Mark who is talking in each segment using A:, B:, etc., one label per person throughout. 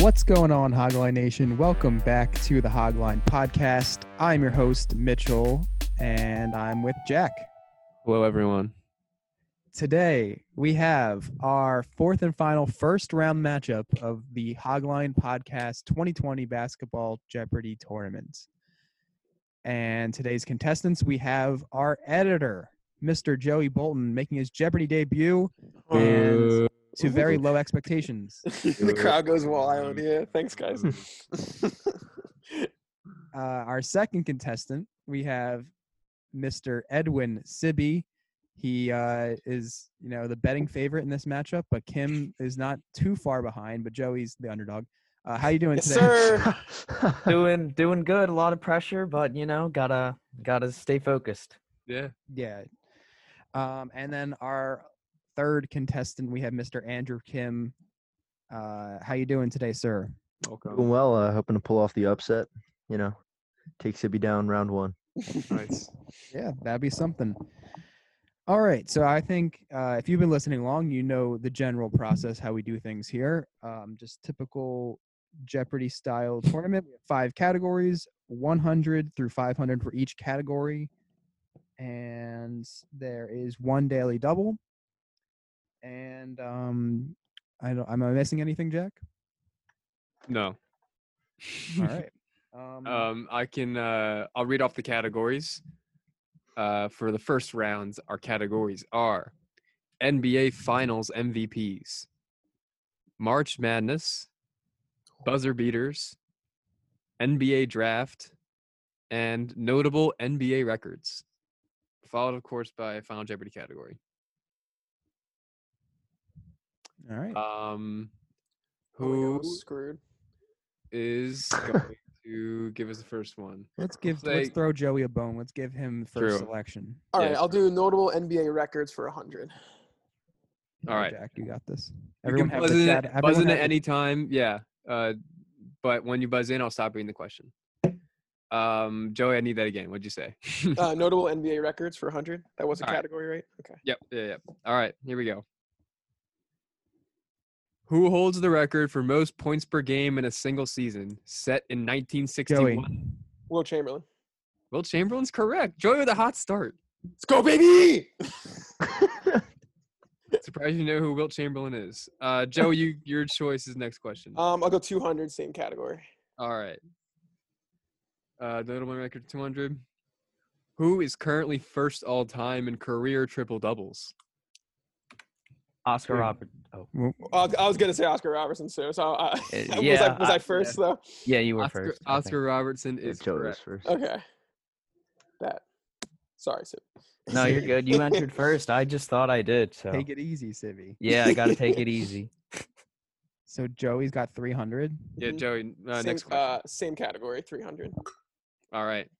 A: What's going on, Hogline Nation? Welcome back to the Hogline Podcast. I'm your host, Mitchell, and I'm with Jack.
B: Hello, everyone.
A: Today, we have our fourth and final first round matchup of the Hogline Podcast 2020 Basketball Jeopardy Tournament. And today's contestants, we have our editor, Mr. Joey Bolton, making his Jeopardy debut and
B: Boo.
A: to very low expectations.
C: Um, the crowd goes wild. Yeah, thanks, guys.
A: uh, our second contestant, we have Mr. Edwin Sibby. He uh, is, you know, the betting favorite in this matchup, but Kim is not too far behind. But Joey's the underdog. Uh, how you doing
C: yes,
A: today?
C: sir.
D: doing doing good. A lot of pressure, but you know, gotta gotta stay focused.
B: Yeah.
A: Yeah. Um, and then our third contestant, we have Mr. Andrew Kim. Uh, how you doing today, sir?
B: Welcome.
E: Doing well, uh, hoping to pull off the upset. You know, take Sibby down round one.
B: Nice.
A: Yeah, that'd be something. All right. So I think uh, if you've been listening long, you know the general process, how we do things here. Um, just typical Jeopardy style tournament. We have five categories, 100 through 500 for each category. And there is one daily double. And um, I don't, am I missing anything, Jack?
B: No.
A: All right. Um,
B: Um, I can. Uh, I'll read off the categories. Uh, for the first rounds, our categories are NBA Finals MVPs, March Madness, buzzer beaters, NBA Draft, and notable NBA records. Followed, of course, by Final Jeopardy category.
A: all right.
B: Um,
C: Who
B: who
C: screwed?
B: is going to give us the first one?
A: Let's give, let's
B: like-
A: throw Joey a bone. Let's give him first
B: True.
A: selection.
C: All
B: Yeah,
C: right, I'll do notable NBA records for 100.
A: All
B: All
A: right,
B: right.
A: Jack, you got this.
B: You can
A: have
B: buzz
A: the
B: in,
A: chat-
B: at- buzz
A: everyone
B: in
A: have
B: at
A: the-
B: any time. Yeah. Uh, but when you buzz in, I'll stop reading the question. Um, Joey, I need that again. What'd you say?
C: Uh, notable NBA records for 100. That was a
B: All right.
C: category, right? Okay.
B: Yep. Yeah. Yep. All right. Here we go. Who holds the record for most points per game in a single season, set in 1961?
A: Joey.
C: Will Chamberlain.
B: Will Chamberlain's correct. Joey with a hot start.
C: Let's go, baby.
B: Surprised you know who Wilt Chamberlain is. Uh, Joe, you your choice is next question.
C: Um, I'll go 200, same category.
B: All right. Uh, notable record 200. Who is currently first all time in career triple doubles?
D: Oscar
B: Sure.
D: Robert. Oh,
A: Well,
C: Uh, I was gonna say Oscar Robertson, so so uh,
D: Uh,
C: was, I,
D: yeah,
C: was
D: I-
C: I first though?
D: yeah, you were
B: Oscar,
D: first. I think.
B: Oscar Robertson
E: Yeah,
B: is
E: Joe was
B: correct.
E: first.
C: Okay. That. Sorry, Sid.
D: No, you're good. You entered first. I just thought I did. So
A: Take it easy, Sivvy.
D: yeah, I gotta take it easy.
A: So Joey's got 300.
B: Yeah,
C: Mhm.
B: Joey. Uh,
C: same,
B: next question.
C: uh, same category, 300.
B: all right.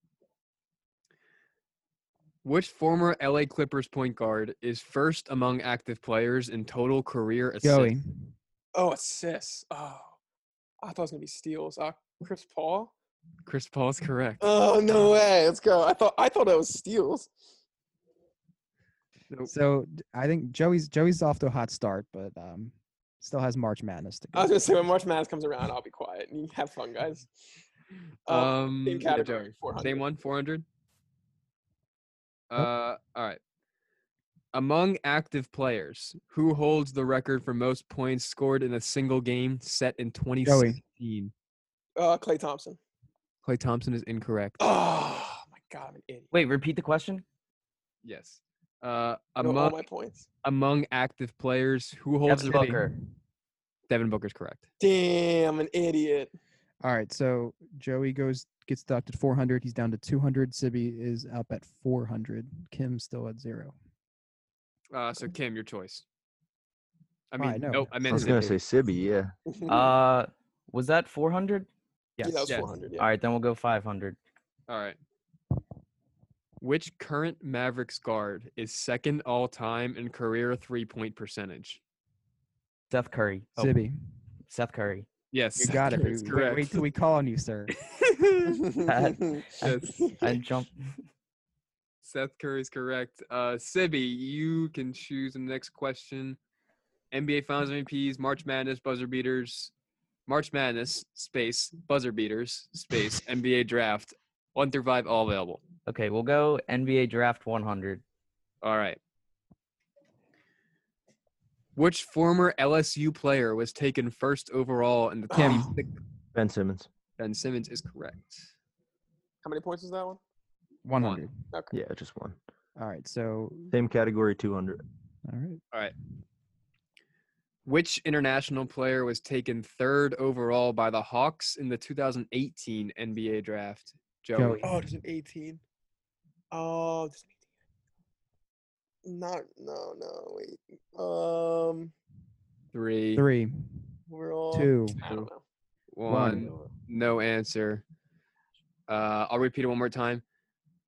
B: Which former LA Clippers point guard is first among active players in total career assists?
A: Joey.
C: Oh, assists. Oh, I thought it was gonna be steals. Uh, Chris Paul.
B: Chris Paul is correct.
C: Oh no way! Let's go. I thought I thought it was steals.
B: Nope.
A: So d- I think Joey's Joey's off to a hot start, but um, still has March Madness to go.
C: I was gonna say when March Madness comes around, I'll be quiet. You have fun, guys. Um,
B: Um,
C: same
B: yeah,
C: category,
B: Joey.
C: 400.
B: Same one, 400. Uh, all right. Among active players, who holds the record for most points scored in a single game set in 2016?
C: uh, Clay Thompson.
B: Clay Thompson is incorrect.
C: Oh my god, I'm an idiot.
D: Wait, repeat the question.
B: Yes. Uh,
C: I know all
B: among
C: my points.
B: among active players, who holds
D: Devin
B: the record?
D: Booker.
B: Devin Booker's correct.
C: Damn, I'm an idiot.
A: All right, so Joey goes gets deducted 400. He's down to 200. Sibby is up at 400. Kim's still at zero.
B: Uh, so Kim, your choice. I
A: Why,
B: mean,
A: no.
B: nope. I
E: I
B: meant
E: was gonna
B: Sydney.
E: say Sibby, yeah.
D: Uh, was that 400?
C: yeah, that was
B: yes.
C: 400. Yeah.
D: All right, then we'll go 500.
B: All right. Which current Mavericks guard is second all time in career three point percentage?
D: Seth Curry. Oh,
A: Sibby,
D: Seth Curry.
B: Yes,
A: you got it.
B: that's
A: baby. Wait-
B: correct.
A: wait till we call on you, sir.
B: Yes,
D: I jump.
B: Seth Curry's correct. Uh, Sibby, you can choose the next question. NBA Finals MVPs, March Madness, buzzer beaters, March Madness, space, buzzer beaters, space, NBA draft, one through five, all available.
D: Okay, we'll go NBA Draft 100.
B: All right. Which former LSU player was taken first overall in the Cam
C: Oh.
E: Ben Simmons.
B: Ben Simmons is correct.
C: How many points is that one?
A: 100.
E: Yeah, just one.
A: All right. So,
E: Same category, 200.
A: all right.
B: Which international player was taken third overall by the Hawks in the 2018 NBA draft? Joey.
A: Joey.
C: Oh, there's an 18. Oh, there's an 18. Not, no, no, wait. Um,
B: Three,
A: Three,
C: we're all.
A: two,
C: I don't know.
A: one.
B: one. No answer. Uh, I'll repeat it one more time.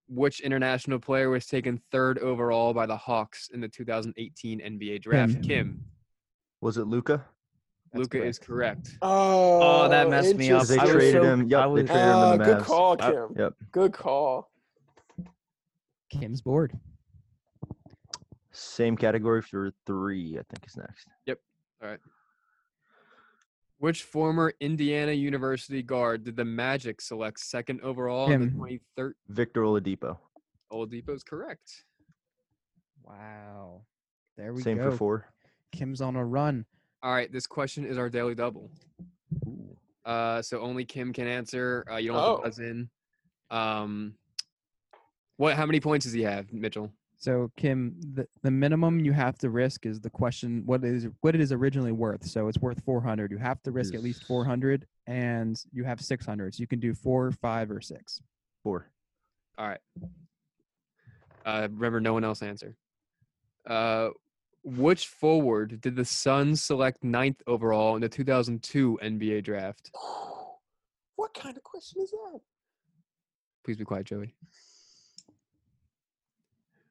B: Which international player was taken third overall by the Hawks in the 2018 NBA draft? Kim.
A: Kim.
E: Was it Luca?
A: That's
B: Luca is correct.
C: Oh,
D: that messed me up.
E: They
D: I was
E: traded
D: so-
E: him. Yep,
D: I
E: they
D: was-
E: traded him
C: Ah,
E: to the
C: good
E: Mavs.
C: call,
E: Yep,
C: Kim.
E: Yep.
C: Good call.
A: Kim's board.
E: Same category for three, I think is next.
B: Which former Indiana University guard did the Magic select second overall in the
A: Kim.
B: 2013?
E: Victor Oladipo.
B: Old Depot's correct.
A: Wow. There we
E: Same
A: go.
E: for four.
A: Kim's on a run.
B: All right, this question is our daily double. Uh, so only Kim can answer. Uh, you don't have
C: Oh.
B: to buzz in. Um, what? How many points does he have, Mitchell?
A: So, Kim, the, the minimum you have to risk is the question what is what it is originally worth. So it's worth 400. You have to risk at least
E: Is-
A: 400, and you have 600. So you can do four, five, or six.
E: Four.
B: All right. Uh, remember, no one else answer. Uh, which forward did the Suns select ninth overall in the 2002 NBA draft?
C: What kind of question is that?
B: Please be quiet, Joey.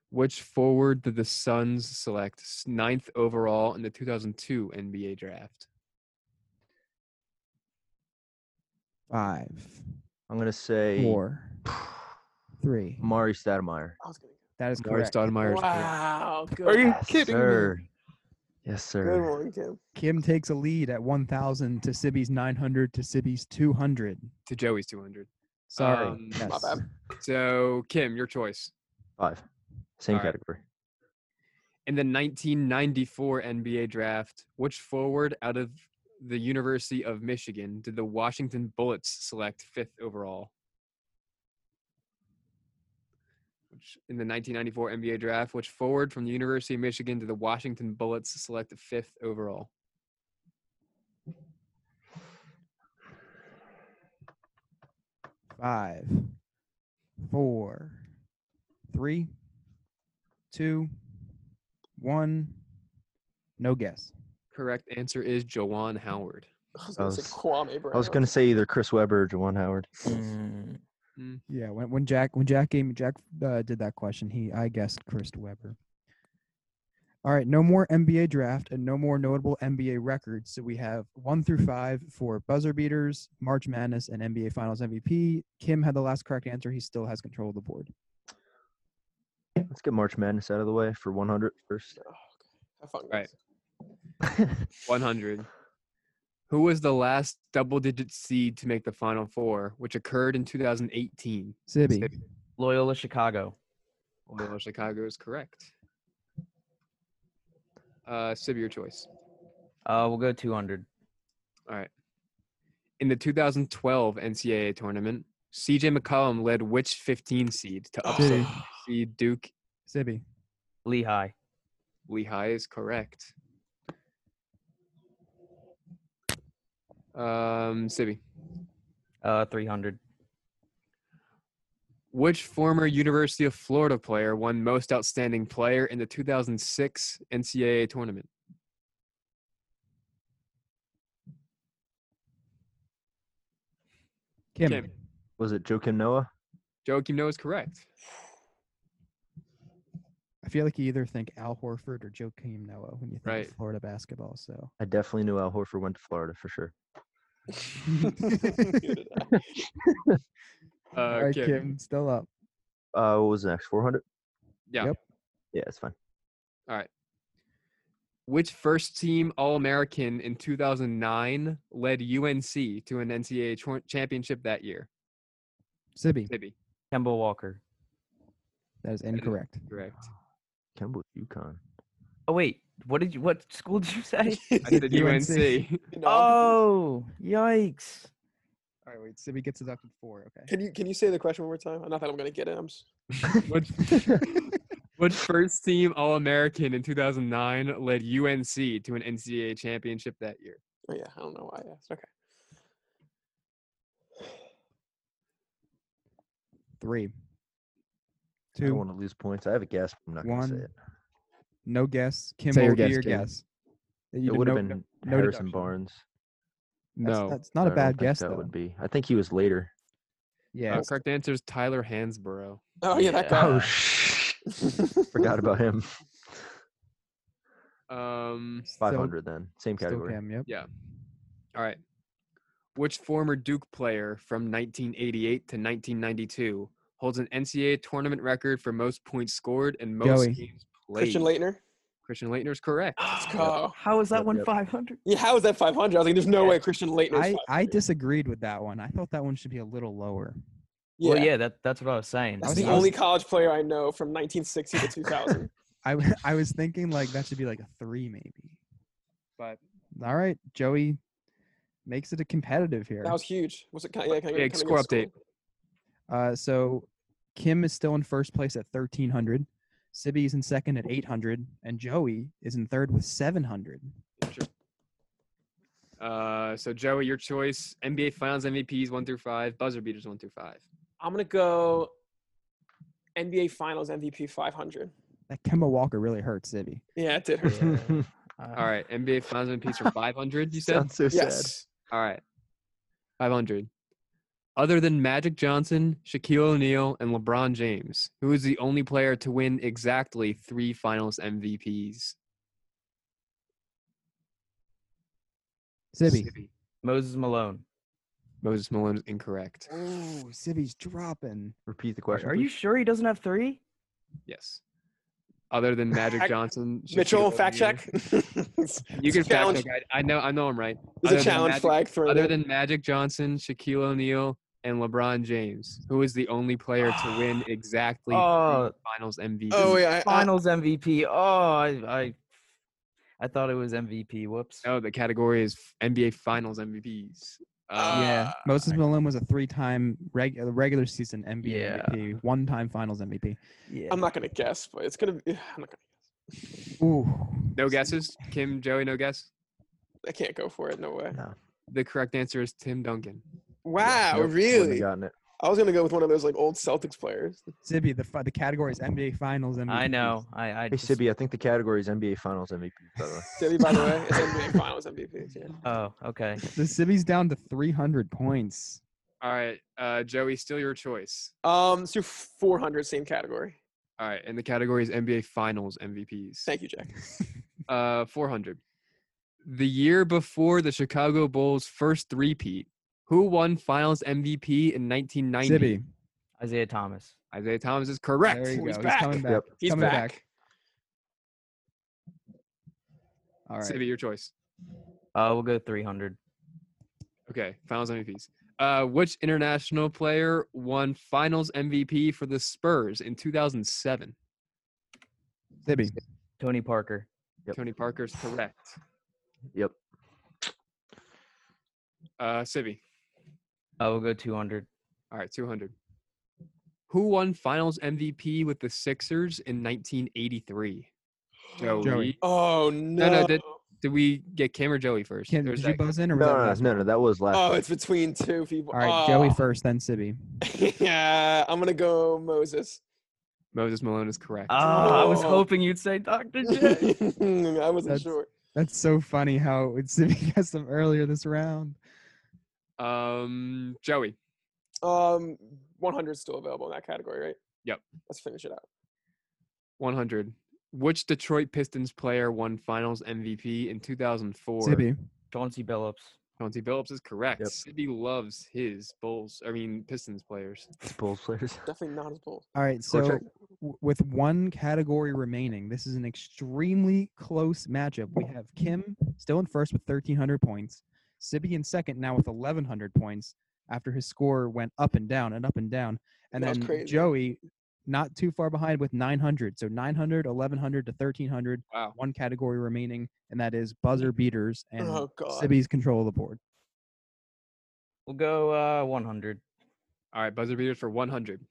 B: Which forward did the Suns select s- ninth overall in the 2002 NBA draft?
A: Five,
E: I'm gonna say
A: four, three.
E: Mari Stoudemire.
C: I was gonna.
A: That is
B: Mari
A: correct.
B: Stoudemire. is correct.
C: Wow. Good.
D: Are you
C: one.
D: kidding me?
E: me? Yes,
C: Good
E: sir.
C: one, Kim.
A: Kim takes a lead at 1,000 to Sibby's 900 to Sibby's 200.
B: To Joey's 200.
A: Sorry.
B: Um, my
A: yes.
C: bad.
B: So, Kim, your choice.
E: Five. Same
B: All right.
E: category.
B: In the 1994 NBA draft, which forward out of the University of Michigan did the Washington Bullets select fifth overall? Which, in the 1994 NBA draft, which forward from the University of Michigan did the Washington Bullets select fifth overall?
A: Five, four, three, two, one. No guess.
B: Correct answer is Jawan Howard.
C: I was gonna
E: was-
C: say Kwame Brown.
E: I was gonna say either Chris Webber or Jawan Howard.
A: Yeah, when, when Jack when Jack gave me Jack uh, did that question, he I guessed Chris Webber. All right, no more NBA draft and no more notable NBA records. So we have one through five for buzzer beaters, March Madness, and NBA Finals MVP. Kim had the last correct answer. He still has control of the board.
E: Let's get March Madness out of the way for 100 first.
C: Oh, okay. Have fun,
B: Right.
C: guys.
B: 100. Who was the last double digit seed to make the Final Four, which occurred in 2018?
A: Sibby,
D: Loyola Chicago.
B: Loyola Chicago is correct. Uh, Sib, your choice.
D: Uh, we'll go 200.
B: In the 2012 NCAA tournament, CJ McCollum led which 15 seed
C: Oh.
B: to
D: Oh.
B: upset
A: Sibby,
B: seed Duke?
A: Sibby,
D: Lehigh.
B: Lehigh is correct. Um, Sibby.
D: Uh, 300.
B: Which former University of Florida player won Most Outstanding Player in the 2006 NCAA tournament?
A: Kim,
B: Kim.
E: Was it Joakim Noah?
B: Joakim Noah is correct.
A: I feel like you either think Al Horford or Joakim Noah when you think
B: Right.
A: of Florida basketball. So
E: I definitely knew Al Horford went to Florida for sure.
B: Uh,
A: all right,
B: Kim.
A: Kim. still up.
E: Uh, what was next? 400?
B: Yeah.
A: Yep.
E: Yeah, it's fine.
B: Which first team All American in 2009 led UNC to an NCAA chor- championship that year?
A: Sibby,
B: Maybe.
D: Kemba Walker.
A: that is incorrect.
B: Correct.
E: Kemba UConn.
D: Oh wait, what did you? What school did you say?
B: I said
A: UNC.
B: UNC.
C: No, I'm
D: oh, yikes!
A: All right, wait. Sibby gets deducted four. Okay.
C: confused. Can you can you say the question one more time? Not that I'm gonna get it. I'm. s-
B: which, which first team All American in 2009 led UNC to an NCAA championship that year?
C: Oh yeah, I don't know why I asked. Okay.
A: Three.
E: I
A: Two.
E: don't want to lose points. I have a guess. But I'm not going to
A: One.
E: say it.
A: No guess. Kim,
E: Say
A: what
E: your
A: would be
E: guess,
A: your
E: Kim.
A: guess? That you
E: it
A: did
E: would have
A: no-
E: been
A: no
E: Harrison
A: deduction.
E: Barnes.
A: That's,
B: No.
A: that's not
E: I
A: a
E: don't
A: bad
E: think
A: guess
E: That
A: though.
E: would be. I think he was later.
A: yeah.
B: Uh, correct answer is Tyler Hansborough.
C: Oh yeah, that guy.
E: Oh, sh- forgot about him.
B: Um,
A: Still-
E: Five hundred then, same
A: still
E: category.
A: Kim, yep.
B: Yeah. all right. Which former Duke player from 1988 to 1992 holds an NCAA tournament record for most points scored and most
A: Joey.
B: games played?
C: Christian Leitner.
B: Christian Leitner is correct.
C: Let's go.
D: How is that
E: Yep,
D: one
E: yep.
D: five hundred?
C: Yeah, how is that 500? I was like, there's no
B: Yeah.
C: way Christian Leitner.
A: I,
C: is
A: I
C: 500.
A: disagreed with that one. I thought that one should be a little lower.
D: Yeah. Well, yeah, that that's what I was saying.
C: That's
A: was-
C: the
A: I was-
C: only college player I know from 1960 to 2000.
A: I, w- I was thinking like that should be like a three maybe. But all right, Joey makes it a competitive here.
C: that was huge. Was it? Can, I- yeah, can I,
B: Big
C: can I
B: score
C: get a
B: update.
A: Uh, so Kim is still in first place at 1300. Sibby's in second at 800, and Joey is in third with 700.
B: Uh, so Joey, your choice: NBA Finals MVPs one through five, buzzer beaters one through five.
C: I'm gonna go NBA Finals MVP 500.
A: That Kemba Walker really hurts Sibby.
C: Yeah, it did hurt.
B: All right, NBA Finals MVPs for five hundred. You said
E: Sounds so sad.
C: yes.
B: all right, five hundred. Other than Magic Johnson, Shaquille O'Neal, and LeBron James, who is the only player to win exactly three Finals MVPs?
A: Sibby.
B: Sibby.
D: Moses Malone.
B: Moses Malone is incorrect.
A: Oh, Sibby's dropping.
E: Repeat the
D: Are,
E: question.
D: are you sure he doesn't have three?
B: Yes. Other than Magic
C: I-
B: Johnson, Shaquille
C: Mitchell, fact
B: O'Neal-
C: check. It's-
B: You
C: it's
B: can
C: a
B: fact
C: challenge.
B: check. I, I know. I know I'm right.
C: There's
B: Other than
C: a challenge
B: Magic-
C: flag thrown.
B: other
C: in.
B: than Magic Johnson, Shaquille O'Neal, and LeBron James, who is the only player to win exactly three
D: Oh.
B: Finals MVP?
C: oh yeah, I- I-
D: Finals MVP. Oh, I, I I thought it was MVP. Whoops.
B: No, Oh, the category is f- NBA Finals MVPs. Uh,
A: yeah,
C: Ah,
A: Moses Malone was a three-time reg- uh, regular season NBA
D: Yeah.
A: MVP, one-time Finals MVP.
D: Yeah.
C: I'm not gonna guess, but it's gonna. Be, I'm not gonna.
A: Ooh,
B: No guesses, Kim, Joey. No guess.
C: I can't go for it. No way.
E: No.
B: The correct answer is Tim Duncan.
E: Yeah,
C: Wow,
E: nope, wouldn't have
C: really?
E: Gotten it.
C: I was gonna go with one of those like old Celtics players.
A: Sibby, the fi- the category is NBA Finals MVP.
D: I know. I I
E: Hey
D: just,
E: Sibby, I think the category is NBA Finals MVP. By the way,
C: Sibby, by the way, is NBA Finals MVP. Yeah.
D: Oh, okay.
A: The Sibby's down to 300 points.
B: All right, uh, Joey, still your choice.
C: Um, so 400, same category.
B: All right, and the category is NBA Finals MVPs.
C: Thank you, Jack.
B: Uh, 400. The year before the Chicago Bulls' first three-peat, who won Finals MVP in 1990?
A: Sibby,
D: Isaiah Thomas.
B: Isaiah Thomas is correct.
A: there you
C: Ooh,
A: go.
C: he's
A: He's,
C: back.
A: coming back.
E: Yep.
C: He's
A: coming
C: back.
A: All right.
B: Sibby, your choice.
D: Uh, we'll go 300.
B: Okay, Finals MVPs. Uh, which international player won Finals MVP for the Spurs in 2007?
A: Sibby,
D: Tony Parker.
E: Yep.
B: Tony Parker's correct.
E: Yep.
B: Uh, Sibby.
D: Uh, we'll go 200.
B: All right, 200. Who won Finals MVP with the Sixers in 1983? Joey.
A: Joey.
C: Oh no.
B: no, did- Did we get Kim or Joey first?
A: Kim,
B: Or
A: did you
B: second?
A: buzz in or
E: no,
A: was that
E: no, no,
A: last-
E: no, no, that was last.
C: oh,
E: one.
C: it's between two people.
A: All right, Joey
C: Oh.
A: first, then Sibby.
C: yeah, I'm gonna go Moses.
B: Moses Malone is correct.
D: Oh, I was
C: Oh.
D: hoping you'd say Dr. J.
C: I wasn't
A: That's-
C: sure.
A: That's so funny how it- Sibby has them earlier this round.
B: um, Joey.
C: Um, 100 is still available in that category, right?
B: Yep.
C: Let's finish it out.
B: 100. Which Detroit Pistons player won Finals MVP in 2004?
A: Sibby,
D: Chauncey Billups.
B: Chauncey Billups is correct.
E: Yep.
B: Sibby loves his Bulls. I mean Pistons players.
E: Bulls players.
C: Definitely not as bold.
A: all right,
E: Score
A: so
E: check.
A: w- with one category remaining. This is an extremely close matchup. We have Kim still in first with 1,300 points, Sibby in second now with 1,100 points after his score went up and down and up and down. And
C: That was
A: then
C: crazy.
A: Joey not too far behind with 900. So 900, 1,100 to 1,300,
B: Wow.
A: one category remaining, and that is buzzer beaters and
C: oh god.
A: Sibby's control of the board.
D: We'll go uh, 100.
B: All right, buzzer beaters for 100.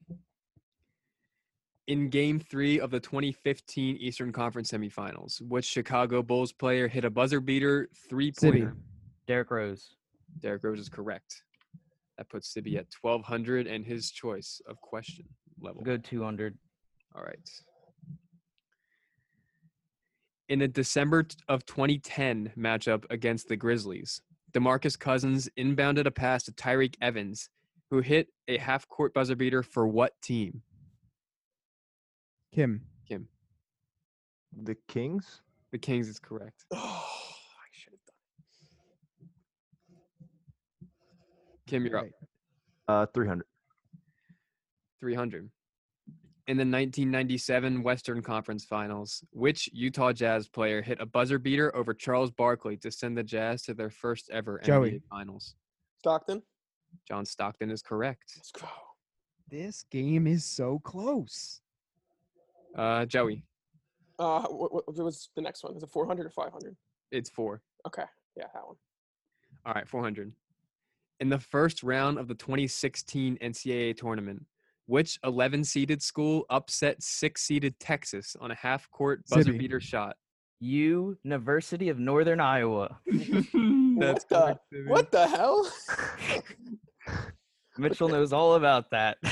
B: In game three of the 2015 Eastern Conference semifinals, which Chicago Bulls player hit a buzzer beater three
A: Sibby.
B: pointer?
D: Derrick Rose.
B: Derrick Rose is correct. That puts Sibby at 1,200 and his choice of question level.
D: We'll go 200.
B: All right. In the December t- of 2010 matchup against the Grizzlies, DeMarcus Cousins inbounded a pass to Tyreek Evans, who hit a half court buzzer beater for what team?
A: Kim,
E: The Kings?
B: The Kings is correct.
C: Oh, I should have done.
B: Kim, you're up.
A: Right.
E: Uh, 300.
B: 300. In the 1997 Western Conference Finals, which Utah Jazz player hit a buzzer beater over Charles Barkley to send the Jazz to their first ever
A: Joey.
B: NBA Finals?
C: Stockton.
B: John Stockton is correct.
C: Let's go.
A: this game is so close.
B: Uh, Joey,
C: Uh, what, what, what was the next one? Is it 400 or 500?
B: it's four.
C: Okay, yeah, that one.
B: All right, 400. In the first round of the 2016 NCAA tournament, which 11 seeded school upset 6 seeded Texas on a half court buzzer
A: Sibby.
B: beater shot?
D: University of Northern Iowa.
B: That's
C: What the-
B: correct, Sibby.
C: What the hell?
D: Mitchell knows all about that.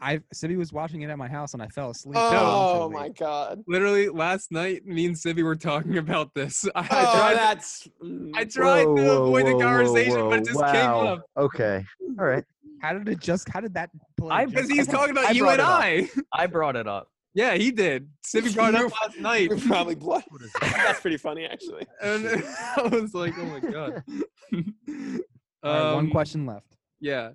A: I Sibby was watching it at my house and I fell asleep.
C: oh
A: unfortunately.
C: my god.
B: Literally last night, me and Sibby were talking about this. I, I
C: Oh,
B: tried,
C: that's.
B: I
C: mm,
B: tried
E: Whoa,
B: to
E: whoa,
B: avoid
E: whoa,
B: the
E: whoa,
B: conversation, but
E: whoa,
B: it just
E: wow.
B: came up
E: Okay. All right.
A: How did it just? How did that? play
D: I-
A: just
B: because
D: I
B: he's
A: come up?
B: talking about
D: I
B: you
D: brought
B: and
D: it up.
B: I.
D: I brought it up.
B: yeah, he did. Sibby brought it
C: You're
B: up last night.
C: You're probably blood. that's pretty funny, actually.
B: And I was like, oh my God.
A: All right, one
B: Um,
A: question left.
B: Yeah.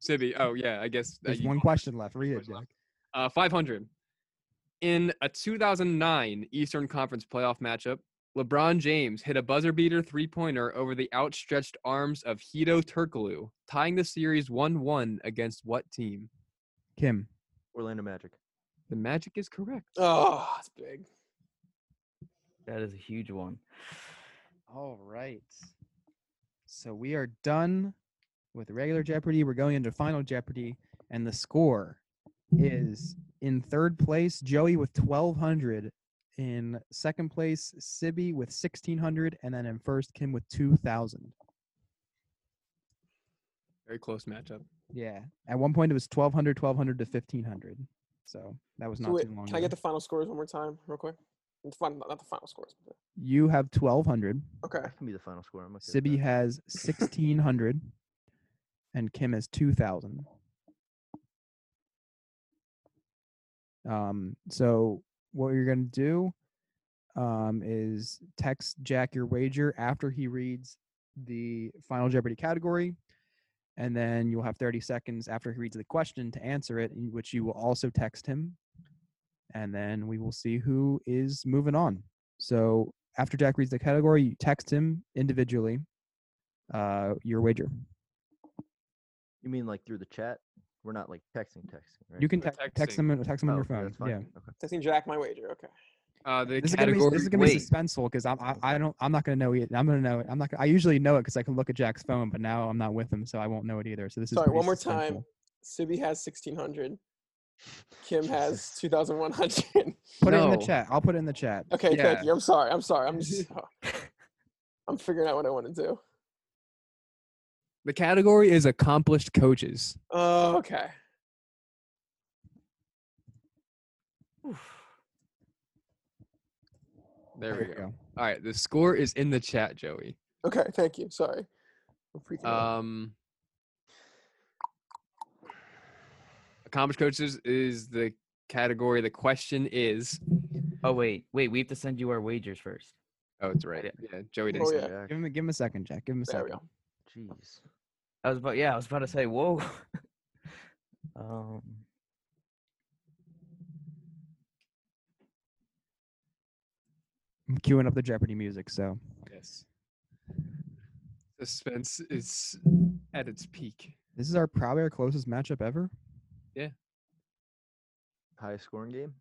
B: Sibby. Oh yeah, I guess that
A: There's
B: you-
A: one question left. Read it,
B: question
A: Jack.
B: left. Uh, 500. In a 2009 Eastern Conference playoff matchup, LeBron James hit a buzzer beater three pointer over the outstretched arms of Hito Turkoglu, tying the series 1 1 against what team?
A: Kim,
E: Orlando Magic.
B: The Magic is correct.
A: Uh,
C: Oh, that's big.
D: That is a huge one.
A: All right. So we are done with regular Jeopardy. We're going into Final Jeopardy, and the score is in third place Joey with 1,200, in second place Sibby with 1,600, and then in first Kim with 2,000.
B: Very close matchup.
A: Yeah. At one point it was 1,200, 1,200 to 1,500. So that was
C: So
A: not
C: wait,
A: too long.
C: can I get
A: ago.
C: the final scores one more time, real quick? The fin- not the final scores. but
A: you have 1,200.
C: the- Okay.
E: That can be the final score. I'm okay with
A: Sibby
E: that.
A: has 1,600, and Kim has 2,000. Um, so what you're going to do um, is text Jack your wager after he reads the Final Jeopardy category. And then you'll have 30 seconds after he reads the question to answer it, in which you will also text him. And then we will see who is moving on. So after Jack reads the category, you text him individually uh, your wager.
E: You mean like through the chat? We're not like texting, texting, right?
A: You can
B: We're
A: te- text
B: texting.
A: him and text him on
E: Oh,
A: your
E: okay,
A: phone.
E: that's fine.
A: Yeah,
E: Okay.
C: Texting Jack my wager. Okay.
B: Uh, the
A: this is gonna be
B: category.
A: this is gonna be
D: wait.
A: suspenseful because I'm I, I don't I'm not gonna know it. I'm gonna know it. I'm not. Gonna, I usually know it because I can look at Jack's phone, but now I'm not with him, so I won't know it either. So this is
C: Sorry,
A: pretty
C: one more
A: suspenseful.
C: time. Sibby has 1,600. Kim has
E: Jesus.
C: 2,100.
A: Put it in the
B: No.
A: chat. I'll put it in the chat.
C: Okay,
B: Yeah.
C: thank you. I'm sorry. I'm sorry. I'm just. I'm figuring out what I want to do.
B: the category is accomplished coaches.
C: Oh, okay.
B: There we go. All right, the score is in the chat, Joey.
C: Okay, thank you. Sorry. Uh, I'm freaking out.
B: Um, accomplished coaches is the category. The question is,
D: Oh, wait. Wait, we have to send you our wagers first.
B: oh, it's right. Yeah, Joey didn't.
C: Oh,
B: say
C: yeah.
B: it.
E: Jack,
A: Give him a- give him a second, Jack. Give him a
C: There we
A: second.
E: Jeez.
D: I was about, yeah, I was about to say, whoa. um,
A: I'm queuing up the Jeopardy music. So
B: Yes. Suspense is at its peak.
A: this is our probably our closest matchup ever.
E: Highest scoring game?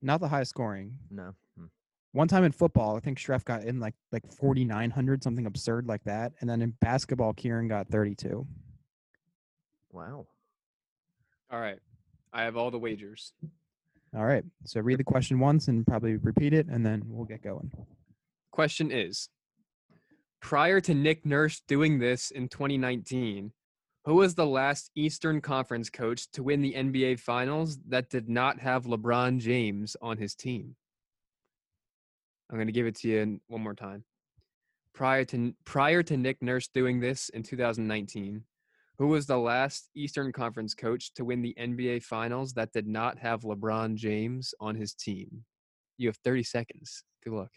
A: Not the highest scoring.
E: No. Hmm.
A: One time in football, I think Schreff got in like like 4,900, something absurd like that. And then in basketball, Kieran got 32.
E: Wow.
B: All right. I have all the wagers.
A: All right. So read the question once and probably repeat it, and then we'll get going.
B: Question is Prior to Nick Nurse doing this in 2019, who was the last Eastern Conference coach to win the NBA Finals that did not have LeBron James on his team? I'm going to give it to you in- one more time. Prior to prior to Nick Nurse doing this in 2019, who was the last Eastern Conference coach to win the NBA Finals that did not have LeBron James on his team? You have 30 seconds. Good luck.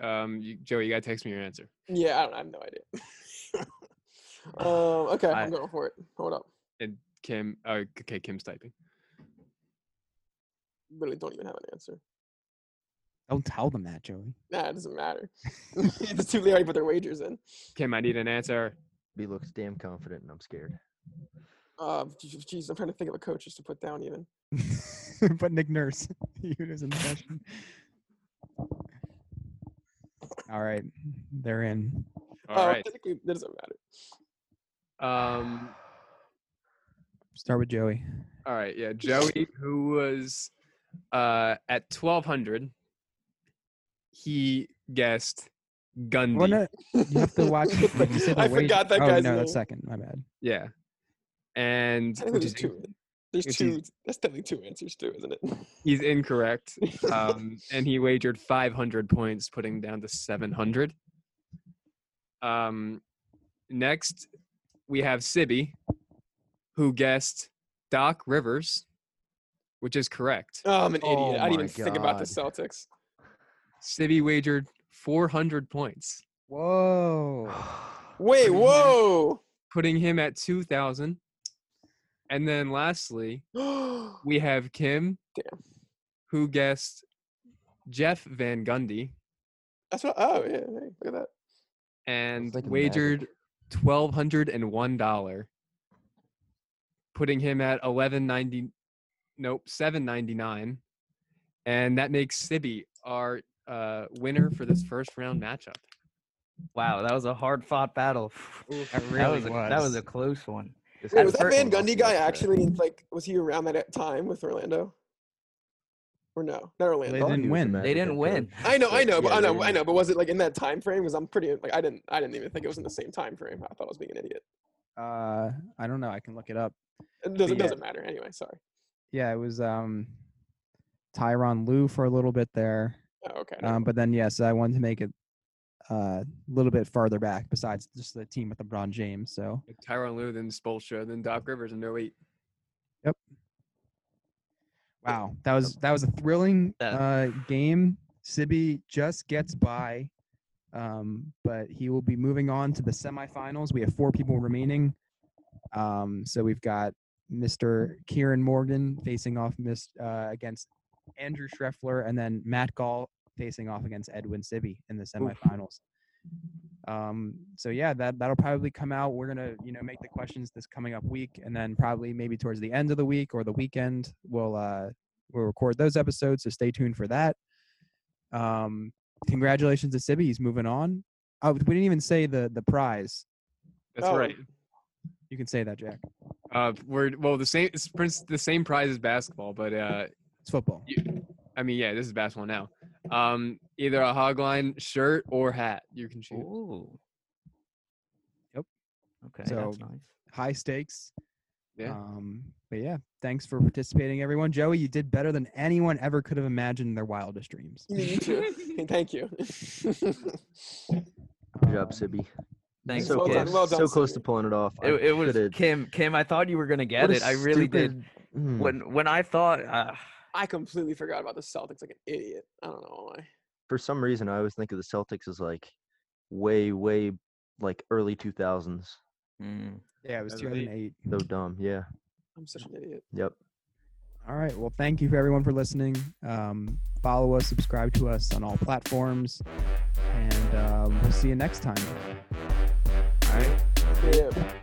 B: Um, you, Joey, you gotta text me your answer.
C: Yeah, I, don't, I have no idea. um, okay, I,
D: I-
C: am going for it. Hold up.
B: Kim, oh, okay, Kim's typing.
C: Really don't even have an answer.
A: Don't tell them that, Joey.
C: Nah, it doesn't matter. it's too late. I already put their wagers in.
B: Kim, I need an answer.
E: B looks damn confident and I'm scared.
C: Uh, jeez, I'm trying to think of a coach just to put down even.
A: but Nick Nurse, he was in the question. All right, they're in.
B: All
C: uh,
B: right.
C: Technically, that doesn't matter.
B: Um,
A: Start with Joey.
B: all right. Yeah, Joey, who was uh at twelve hundred, he guessed Gundy.
A: Well, no, you have to watch. wait, you said the
C: I
A: wage-
C: forgot that
A: oh,
C: guy's
A: no,
C: name.
A: that's second. My bad.
B: Yeah, and
C: I think
B: which
C: there's
B: is in-
C: two. There's
B: which
C: two.
B: is-
C: That's technically two answers too, isn't it?
B: he's incorrect.
A: uh,
B: Um, and he wagered five hundred points, putting down to seven hundred. Um, next we have Sibby, who guessed Doc Rivers, which is correct.
C: Oh, I'm an idiot.
E: Oh
C: I didn't even
E: my
C: think about the
E: God.
C: Celtics.
B: Sibby wagered 400 points,
A: Whoa.
C: Wait, whoa.
B: putting him at 2,000. And then lastly,
C: Damn.
B: we have Kim,
C: Damn.
B: who guessed Jeff Van Gundy
C: That's what. Oh yeah. Hey, look at that.
B: and
E: like magic.
B: wagered $1,201, putting him at 1190. Nope, 799. And that makes Sibby our uh, winner for this first round matchup.
D: Wow, that was a hard fought battle.
A: That
D: that
A: really
D: was, A, that was
A: was.
D: a close one.
E: This
C: Wait,
E: guy
C: was that
D: first
C: Van
E: one off the
C: Gundy guy
E: upset.
C: actually like? Was he around that at- time with Orlando? Or no? Not
A: They
C: Orlando.
E: Thought he
A: didn't
E: was the
A: win. They
E: Magic
D: didn't
E: head
D: win.
E: coach,
C: I know, I know, but I
E: yeah,
C: know,
E: they
C: I
E: didn't-
C: know. But was it like in that time frame? Because I'm pretty like I didn't, I didn't even think it was in the same time frame. I thought I was being an idiot.
A: Uh, I don't know. I can look it up.
C: It doesn't,
A: Yeah.
C: doesn't matter anyway. Sorry.
A: Yeah, it was um, Tyron Lue for a little bit there.
C: Oh, okay. no.
A: Um, but then yes, I wanted to make it uh, a little bit farther back. Besides just the team with LeBron James, so
B: Tyron Lue, then Spolstra, then Doc Rivers in 08.
A: wow, that was that was a thrilling
D: That-
A: uh, game. Sibby just gets by, um, but he will be moving on to the semifinals. We have four people remaining, um, so we've got Mr. Kieran Morgan facing off mis- uh, against Andrew Schreffler, and then Matt Gall facing off against Edwin Sibby in the semifinals. Um, so yeah, that that'll probably come out. We're gonna you know make the questions this coming up week, and then probably maybe towards the end of the week or the weekend we'll uh, we'll record those episodes. So stay tuned for that. Um, congratulations to Sibby. He's moving on. Oh, we didn't even say the the prize.
B: That's
C: Oh.
B: right.
A: You can say that, Jack.
B: Uh, we're well the same. It's princ- the same prize as basketball, but uh,
A: It's football.
B: I mean, yeah, this is basketball now. Um, either a hogline shirt or hat. You can choose.
D: Ooh.
A: Yep.
D: Okay,
A: So-
D: that's nice.
A: High stakes.
B: Yeah.
A: Um, but yeah, thanks for participating, everyone. Joey, you did better than anyone ever could have imagined in their wildest dreams.
C: Me too. Thank you.
E: Good job,
A: Um,
E: Sibby.
D: Thanks,
E: so
C: Well
E: close,
C: done,
D: Kim.
C: well done,
E: so close
C: Sibby.
E: to pulling it off. I
D: It, it was
E: shoulda-
D: Kim. Kim, I thought you were gonna get
E: what a
D: it. I really did.
E: stupid- Mm.
D: When when I thought, uh,
C: I completely forgot about the Celtics like an idiot. I don't know why.
E: for some reason I always think of the Celtics as like way, way like early two thousands.
D: mm,
A: Yeah, it was
B: That was eight.
A: 2008.
E: So dumb. Yeah.
C: I'm such an idiot.
E: Yep.
A: All right. Well, thank you for everyone for listening. Um, follow us, subscribe to us on all platforms, um, and uh, we'll see you next time.
B: All right.
C: Yeah.